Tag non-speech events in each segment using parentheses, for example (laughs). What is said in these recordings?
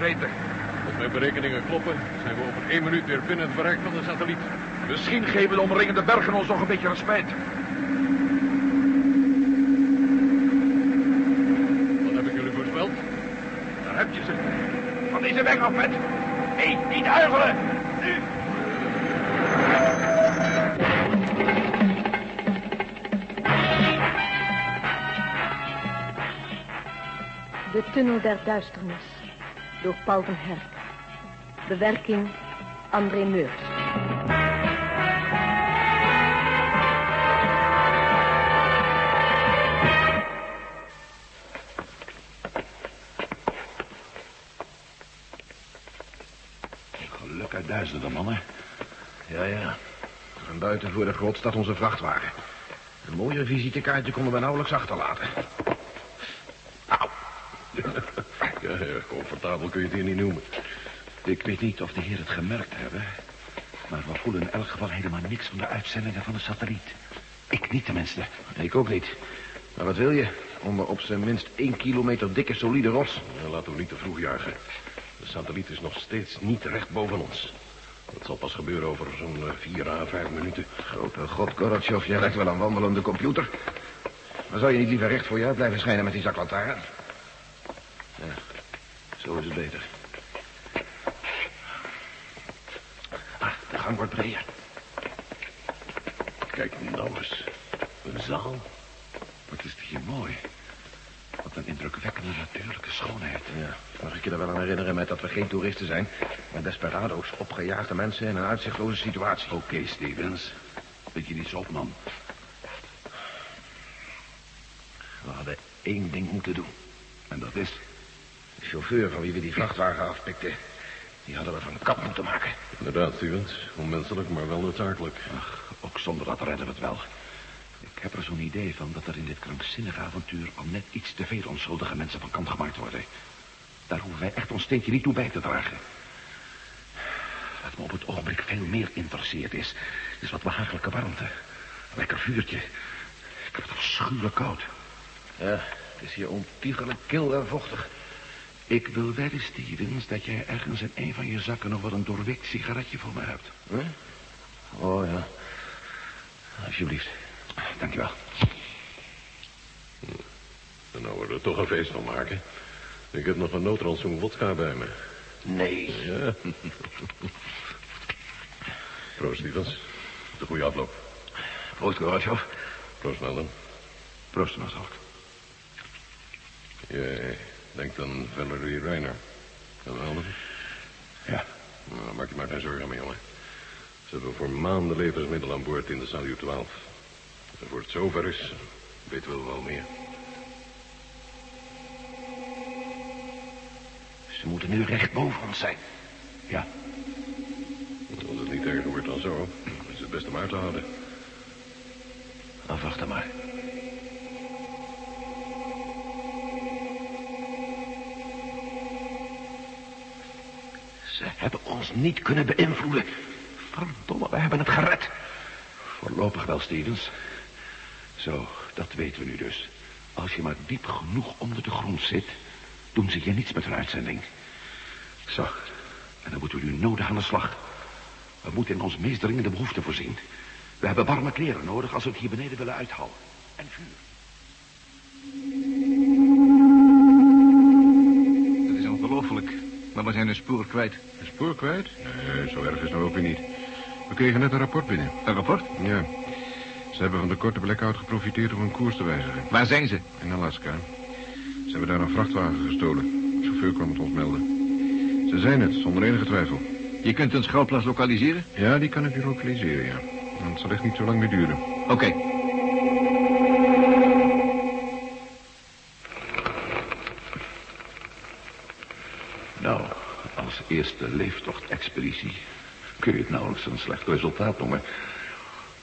beter. Als mijn berekeningen kloppen, zijn we over één minuut weer binnen het bereik van de satelliet. Misschien geven de omringende bergen ons nog een beetje respijt. Wat heb ik jullie voorspeld? Daar heb je ze. Van deze weg af met. Nee, niet huigelen. Nu. De Tunnel der Duisternis door Paul van Herk. Bewerking André Meurs. Geluk uit duizenden, mannen. Ja, ja. En buiten voor de grot staat onze vrachtwagen. Een mooier visitekaartje konden we nauwelijks achterlaten. (laughs) Ja, ja, comfortabel kun je het hier niet noemen. Ik weet niet of de heren het gemerkt hebben... maar we voelen in elk geval helemaal niks van de uitzendingen van de satelliet. Ik niet tenminste. Ik ook niet. Maar wat wil je? Onder op zijn minst één kilometer dikke solide rots. Ja, Nou, laten we niet te vroeg juichen. De satelliet is nog steeds niet recht boven ons. Dat zal pas gebeuren over zo'n eh, vier à vijf minuten. Grote god, Gorotjov, jij lijkt wel een wandelende computer. Maar zou je niet liever recht voor je uit blijven schijnen met die zaklantaarn? Ja, zo is het beter. Ah, de gang wordt breder. Kijk nou eens. Een zaal. Wat is dit hier mooi. Wat een indrukwekkende natuurlijke schoonheid. Ja, mag ik je er wel aan herinneren met dat we geen toeristen zijn... maar desperado's, opgejaagde mensen in een uitzichtloze situatie. Oké, Stevens. Weet je niets op, man. We hadden één ding moeten doen. En dat is... De chauffeur van wie we die vrachtwagen afpikten... die hadden we van kap moeten maken. Inderdaad, Stevens. Onmenselijk, maar wel noodzakelijk. Ach, ook zonder dat redden we het wel. Ik heb er zo'n idee van dat er in dit krankzinnige avontuur... al net iets te veel onschuldige mensen van kant gemaakt worden. Daar hoeven wij echt ons steentje niet toe bij te dragen. Wat me op het ogenblik veel meer interesseert is... is wat behagelijke warmte. Lekker vuurtje. Ik heb het afschuwelijk koud. Ja, het is hier ontiegelijk kil en vochtig. Ik wil wedden, Stevens, dat jij ergens in een van je zakken nog wel een doorweekt sigaretje voor me hebt. Hm? Oh ja. Alsjeblieft. Dankjewel. En nou we er toch een feest van maken. Ik heb nog een noodransjoen vodka bij me. Nee. Ja. Proost, Stevens. De goede afloop. Proost, Gorbachev. Proost, Melden. Proost, Mazalk. Je denkt aan Valerie Reiner. Dat helder? Ja. Nou, maak je maar geen zorgen mee, jongen. Ze hebben voor maanden levensmiddelen aan boord in de Salu 12. En voor het zover is, weten we wel meer. Ze moeten nu recht boven ons zijn. Ja. Als het niet erger wordt dan zo, is het best om uit te houden. Afwachten Nou, maar. Ze hebben ons niet kunnen beïnvloeden. Verdomme, we hebben het gered. Voorlopig wel, Stevens. Zo, dat weten we nu dus. Als je maar diep genoeg onder de grond zit, doen ze je niets met hun uitzending. Zo, en dan moeten we nu nodig aan de slag. We moeten in ons meest dringende behoefte voorzien. We hebben warme kleren nodig als we het hier beneden willen uithouden. En vuur. Dat is ongelooflijk. Maar we zijn een spoor kwijt. Een spoor kwijt? Nee, zo erg is dat ook weer niet. We kregen net een rapport binnen. Een rapport? Ja. Ze hebben van de korte blackout geprofiteerd om hun koers te wijzigen. Waar zijn ze? In Alaska. Ze hebben daar een vrachtwagen gestolen. De chauffeur kwam het ons melden. Ze zijn het, zonder enige twijfel. Je kunt hun schuilplaats lokaliseren? Ja, die kan ik nu lokaliseren, ja. En het zal echt niet zo lang meer duren. Oké. Nou, als eerste leeftochtexpeditie kun je het nauwelijks een slecht resultaat noemen.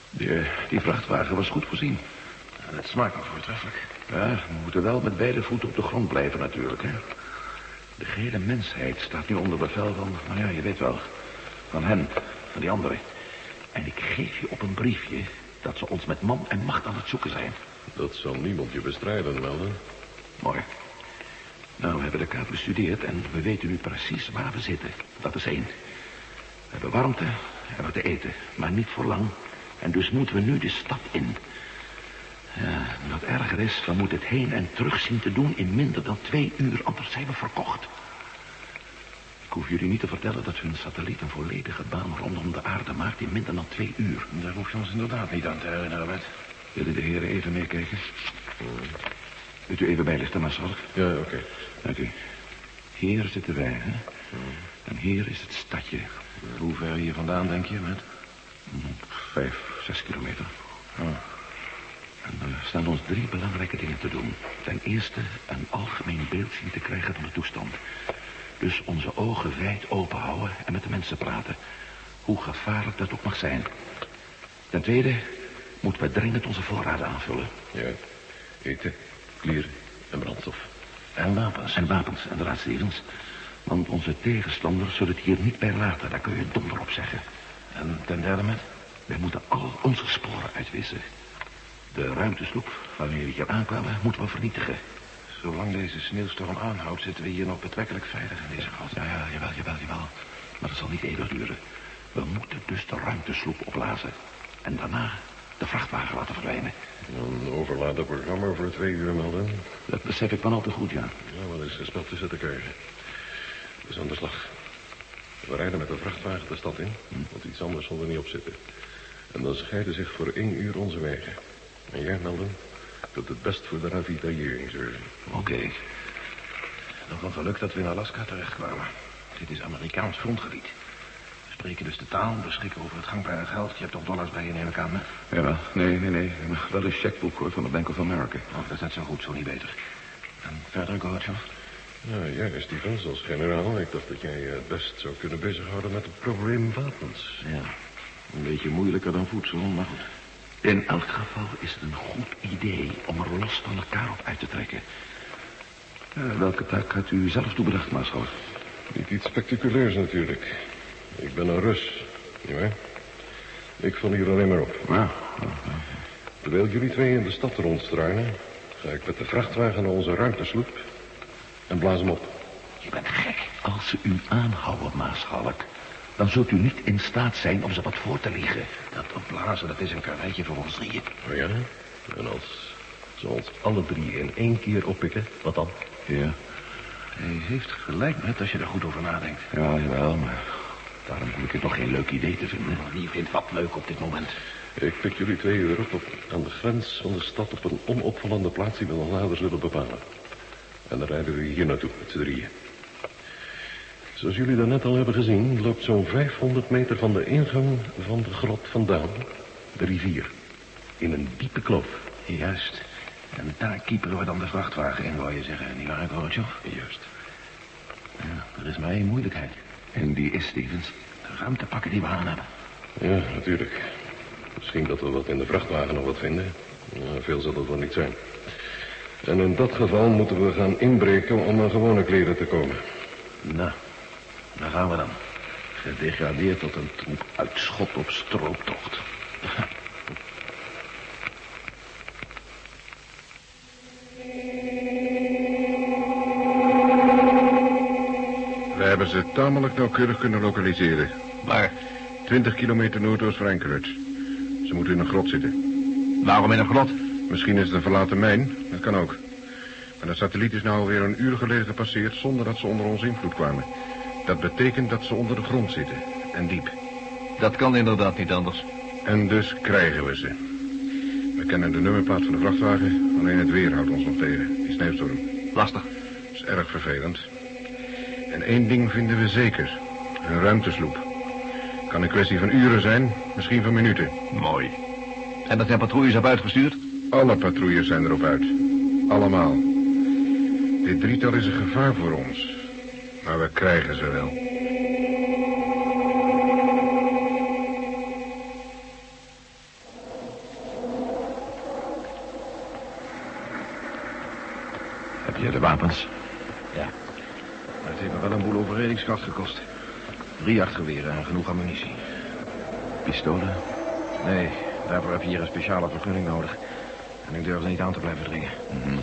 Die, die vrachtwagen was goed voorzien. Het smaakt me voortreffelijk. Ja, we moeten wel met beide voeten op de grond blijven natuurlijk, hè. De gehele mensheid staat nu onder bevel van, nou ja, je weet wel, van hen, van die anderen. En ik geef je op een briefje dat ze ons met man en macht aan het zoeken zijn. Dat zal niemand je bestrijden, Melden. Mooi. Nou, we hebben de kaart bestudeerd en we weten nu precies waar we zitten. Dat is één. We hebben warmte en wat te eten, maar niet voor lang. En dus moeten we nu de stad in. Ja, en wat erger is, we moeten het heen en terug zien te doen in minder dan twee uur, anders zijn we verkocht. Ik hoef jullie niet te vertellen dat hun satelliet een volledige baan rondom de aarde maakt in minder dan twee uur. Daar hoef je ons inderdaad niet aan te herinneren, Bert. Willen de heren even meekijken? Wilt u even bijlichten, Marcel? Ja, oké. Dank u. Hier zitten wij, hè? En hier is het stadje. Hoe ver hier vandaan, denk je, Bert? Vijf, zes kilometer. En eh, er staan ons drie belangrijke dingen te doen. Ten eerste een algemeen beeld zien te krijgen van de toestand. Dus onze ogen wijd open houden en met de mensen praten. Hoe gevaarlijk dat ook mag zijn. Ten tweede moeten we dringend onze voorraden aanvullen. Ja. Eten, kleren en brandstof. En wapens. En wapens, inderdaad, Stevens. Want onze tegenstanders zullen het hier niet bij laten. Daar kun je donder op zeggen. En ten derde met? Wij moeten al onze sporen uitwissen. De ruimtesloep waarmee we hier aankwamen moeten we vernietigen. Zolang deze sneeuwstorm aanhoudt, zitten we hier nog betrekkelijk veilig in deze gat. Ja, ja, jawel, jawel, jawel. Maar dat zal niet eeuwig duren. We moeten dus de ruimtesloep opblazen. En daarna de vrachtwagen laten verdwijnen. Een overladen programma voor twee uur melden. Dat besef ik van al te goed, ja. Ja, wat is gespeeld tussen de keuze? We zijn aan de slag. We rijden met een vrachtwagen de stad in, want iets anders zal er niet op zitten. En dan scheiden zich voor één uur onze wegen. En jij, Melden, doet het best voor de ravitaillering zorgen. Oké. Nog een geluk dat we in Alaska terechtkwamen. Dit is Amerikaans frontgebied. We spreken dus de taal, beschikken over het gangbare geld. Je hebt toch dollars bij je, neem ik aan, hè? Ja, nee, nee, nee. Wel een checkboek hoor, van de Bank of America. Oh, dat is net zo goed, zo niet beter. En verder, Gorbachev? Ja, jij, Stevens, als generaal. Ik dacht dat jij je het best zou kunnen bezighouden met het probleem wapens. Ja, een beetje moeilijker dan voedsel, maar goed. In elk geval is het een goed idee om er los van elkaar op uit te trekken. Eh, welke taak had u zelf toebedacht, maarschalk? Niet iets spectaculairs natuurlijk. Ik ben een Rus, nietwaar? Ik val hier alleen maar op. Nou, Terwijl jullie twee in de stad rondstruinen, ga ik met de vrachtwagen naar onze ruimtesloep en blaas hem op. je bent gek. Als ze u aanhouden, maarschalk, dan zult u niet in staat zijn om ze wat voor te liggen. Dat opblazen, dat is een karweitje voor ons drieën. Oh ja? En als ze ons alle drie in één keer oppikken, wat dan? Ja, Hij heeft gelijk met als je er goed over nadenkt. ja, jawel, maar daarom heb ik het nog geen leuk idee te vinden. Wie vindt wat leuk op dit moment? Ik pik jullie twee uur op, op aan de grens van de stad op een onopvallende plaats die we dan later zullen bepalen. En dan rijden we hier naartoe met z'n drieën. Zoals jullie daarnet al hebben gezien, loopt zo'n 500 meter van de ingang van de grot vandaan de rivier. In een diepe kloof. Juist. En daar kieperen we dan de vrachtwagen in, wou je zeggen. Niet waar, Gorbachev? Juist. Er is maar één moeilijkheid. En die is, Stevens. De ruimte pakken die we aan hebben. Ja, natuurlijk. Misschien dat we wat in de vrachtwagen nog wat vinden. Maar veel zal dat wel niet zijn. En in dat geval moeten we gaan inbreken om aan gewone kleren te komen. Nou, daar gaan we dan. Gedegradeerd tot een troep uitschot op strooptocht. We hebben ze tamelijk nauwkeurig kunnen lokaliseren. Maar 20 kilometer noordoost van Anchorage. Ze moeten in een grot zitten. waarom in een grot? Misschien is het een verlaten mijn. Dat kan ook. Maar de satelliet is nou alweer een uur geleden gepasseerd zonder dat ze onder onze invloed kwamen. Dat betekent dat ze onder de grond zitten. En diep. Dat kan inderdaad niet anders. En dus krijgen we ze. We kennen de nummerplaat van de vrachtwagen, alleen het weer houdt ons nog tegen. Die sneeuwstorm. Lastig. Dat is erg vervelend. En één ding vinden we zeker. Een ruimtesloep. Kan een kwestie van uren zijn, misschien van minuten. Mooi. En dat zijn patrouilles heb uitgestuurd? Alle patrouilles zijn erop uit. Allemaal. Dit drietal is een gevaar voor ons. Maar we krijgen ze wel. Heb je de wapens? Het heeft me wel een boel overredingskracht gekost. Drie jachtgeweren en genoeg ammunitie. Pistolen? Nee, daarvoor heb je hier een speciale vergunning nodig. En ik durf er niet aan te blijven dringen. Mhm.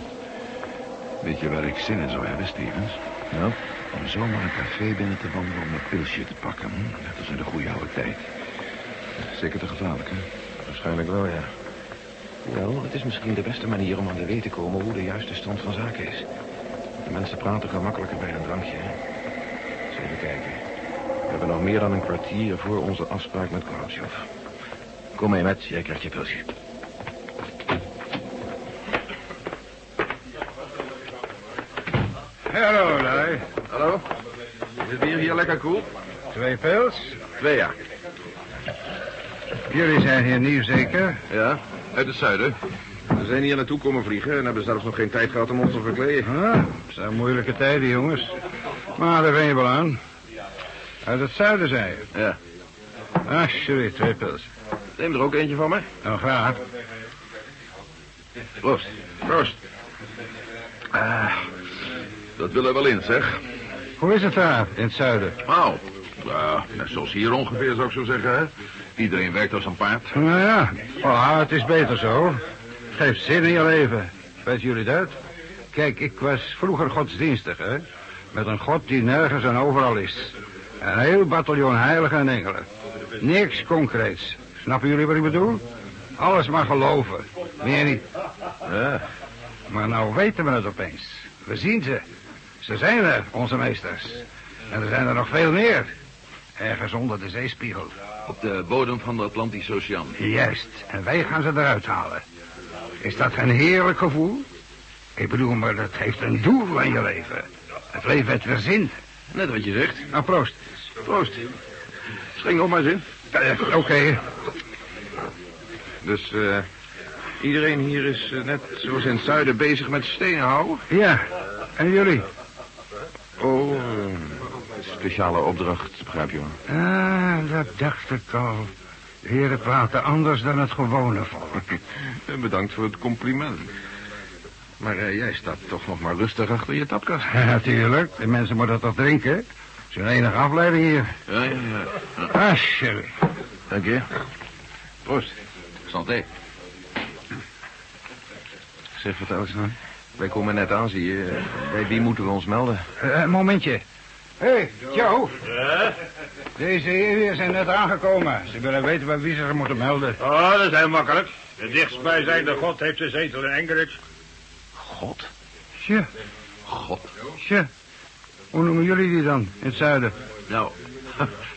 Weet je waar ik zin in zou hebben, Stevens? Nou? Om zomaar een café binnen te wandelen om een pilsje te pakken. hm? Net als in de goede oude tijd. Zeker te gevaarlijk, hè? Waarschijnlijk wel, ja. Wel, het is misschien de beste manier om aan de weet te komen hoe de juiste stand van zaken is. De mensen praten gemakkelijker bij een drankje, hè? Eens even kijken. We hebben nog meer dan een kwartier voor onze afspraak met Korotsjov. Kom mee, met. Jij krijgt je pilsje. Hallo, lui. Hallo? Is het bier hier lekker koel? Twee pils? Twee, ja. Jullie zijn hier nieuw zeker? Ja, uit het zuiden. We zijn hier naartoe komen vliegen en hebben zelfs nog geen tijd gehad om ons te verkleden. Ah, het zijn moeilijke tijden, jongens. Maar daar ben je wel aan. Uit het zuiden zijn je. Ja. Ah, sorry, twee pils. Neem er ook eentje van me. Nou, graag. Proost. Proost. Ah, dat willen we wel in, zeg. Hoe is het daar, in het zuiden? Nou, ja, net zoals hier ongeveer, zou ik zo zeggen, hè. Iedereen werkt als een paard. Nou ja, ah, het is beter zo. Geef zin in je leven. Weet jullie dat? Kijk, ik was vroeger godsdienstig, hè. Met een god die nergens en overal is. Een heel bataljon heiligen en engelen. Niks concreets. Snappen jullie wat ik bedoel? Alles maar geloven. Meer niet. Maar nou weten we het opeens. We zien ze. Ze zijn er, onze meesters. En er zijn er nog veel meer. Ergens onder de zeespiegel. Op de bodem van de Atlantische Oceaan. Juist, en wij gaan ze eruit halen. Is dat geen heerlijk gevoel? Ik bedoel, maar dat geeft een doel aan je leven. Het leven heeft weer zin. Net wat je zegt. Nou, proost. Proost. Schenk nog maar eens in. Eh, Oké. Dus eh, iedereen hier is eh, net zoals in het zuiden bezig met stenen houden? Ja, en jullie? Oh, speciale opdracht, begrijp je wel. Ah, dat dacht ik al. Heren praten anders dan het gewone volk. Eh, (laughs) Bedankt voor het compliment. Maar eh, jij staat toch nog maar rustig achter je tapkast. (laughs) Ja, Natuurlijk, de mensen moeten toch drinken? Het is hun enige afleiding hier. Ja, ja, ja. Ah, sherry. Dank je. Proost. Santé. Zeg, vertel eens nou. Wij komen net aan, zie je. Eh, Bij wie moeten we ons melden? Eh, een momentje. Hé, hey, Joe. Deze heren zijn net aangekomen. Ze willen weten bij wie ze zich moeten melden. Oh, dat is heel makkelijk. De dichtstbijzijnde god heeft zijn zetel in Anchorage. God? Tje, God? tje. Hoe noemen jullie die dan, in het zuiden? (laughs) Nou,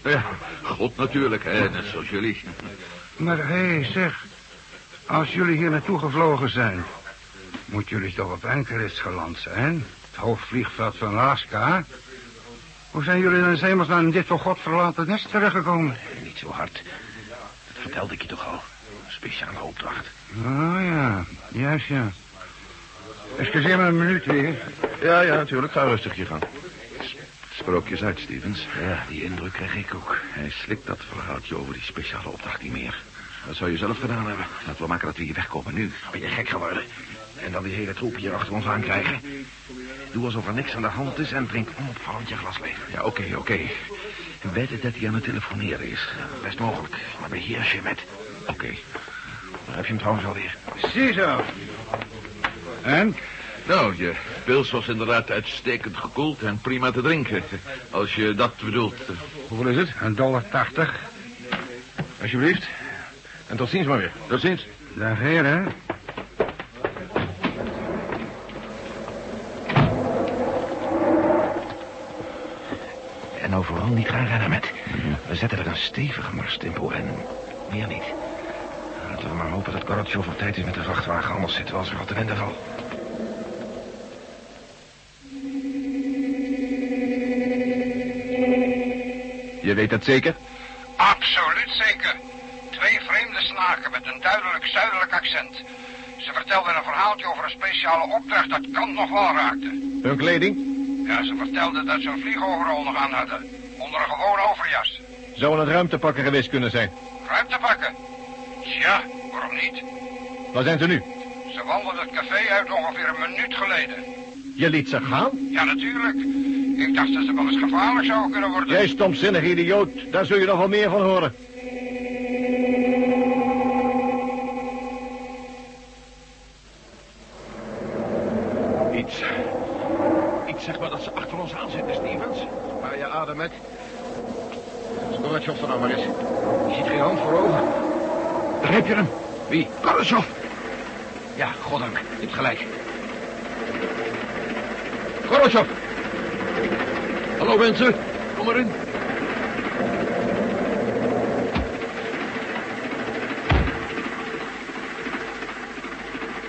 nou ja, God natuurlijk, hè, net zoals jullie. Maar hé, zeg. Als jullie hier naartoe gevlogen zijn... moet jullie toch op Anchorage geland zijn? Het hoofdvliegveld van Alaska. Hoe zijn jullie dan eens hemelsnaam in dit voor God verlaten nest teruggekomen? (laughs) Niet zo hard. Dat vertelde ik je toch al. Een speciale opdracht. Oh ja, juist ja. Excuseer me een minuut weer. Ja, ja, natuurlijk. Ga rustig je gang. Sprookjes uit, Stevens. Ja, die indruk kreeg ik ook. Hij slikt dat verhaaltje over die speciale opdracht niet meer. Dat zou je zelf gedaan hebben. Laten we maken dat we hier wegkomen nu. Ben je gek geworden? En dan die hele troep hier achter ons aankrijgen. Doe alsof er niks aan de hand is en drink onopvallend je glas leeg. Ja, oké, oké. Wedden dat hij aan het telefoneren is. Best mogelijk. Maar beheers je met. Oké. Daar heb je hem trouwens alweer. Ziezo. En? Nou, je pils was inderdaad uitstekend gekoeld en prima te drinken. Als je dat bedoelt. Hoeveel is het? Een dollar tachtig. Alsjeblieft. En tot ziens maar weer. Tot ziens. Dag heren. En nou vooral niet gaan rennen met. We zetten er een stevige marstempo en meer niet. Laten we maar hopen dat Gorbachev op tijd is met de vrachtwagen. Anders zitten we als rotten in de val. Je weet dat zeker? Absoluut zeker. Twee vreemde snaken met een duidelijk zuidelijk accent. Ze vertelden een verhaaltje over een speciale opdracht dat Kant nog wel raakte. Hun kleding? Ja, ze vertelden dat ze een vliegoverall nog aan hadden. Onder een gewone overjas. Zou een ruimtepakker geweest kunnen zijn. Ruimte pakken. Tja, waarom niet? Waar zijn ze nu? Ze wandelden het café uit ongeveer een minuut geleden. Je liet ze gaan? Ja, natuurlijk. Ik dacht dat ze wel eens gevaarlijk zouden kunnen worden. Jij stomzinnig idioot, daar zul je nog wel meer van horen. Iets adem met. Gorbachev er nou maar eens. Je ziet geen hand voor over. Daar heb je hem. Wie? Gorbachev. Ja, goddank. Je hebt gelijk. Gorbachev. Hallo mensen, kom maar in.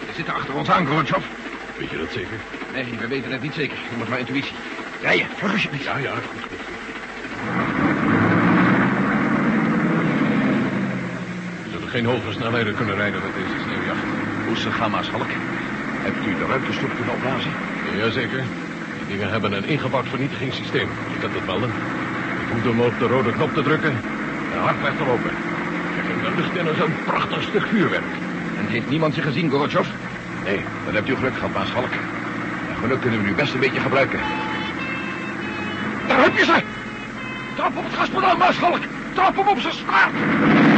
Ze zitten achter ons aan, Gorbachev. Weet je dat zeker? Nee, we weten het niet zeker. Dat was mijn intuïtie. Rijden, vlug alsjeblieft. Ja, ja, goed, goed, goed. We zullen geen hogere snelheden kunnen rijden met deze sneeuwjacht. Oesse gamma's halk. Hebt u de ruimtestoep kunnen opblazen? Jazeker. Die dingen hebben een ingebouwd vernietigingssysteem. Je kent het wel, hè? Ik hoefde hem op de rode knop te drukken en hard weg te lopen. Ik ging de lucht in als een prachtig stuk vuurwerk. En heeft niemand ze gezien, Gorbachev? Nee, Dan hebt u geluk gehad, Maas Halk. En geluk kunnen we nu best een beetje gebruiken. Daar heb je ze! Trap op het gaspedaal, Maas Halk! Trap hem op zijn staart!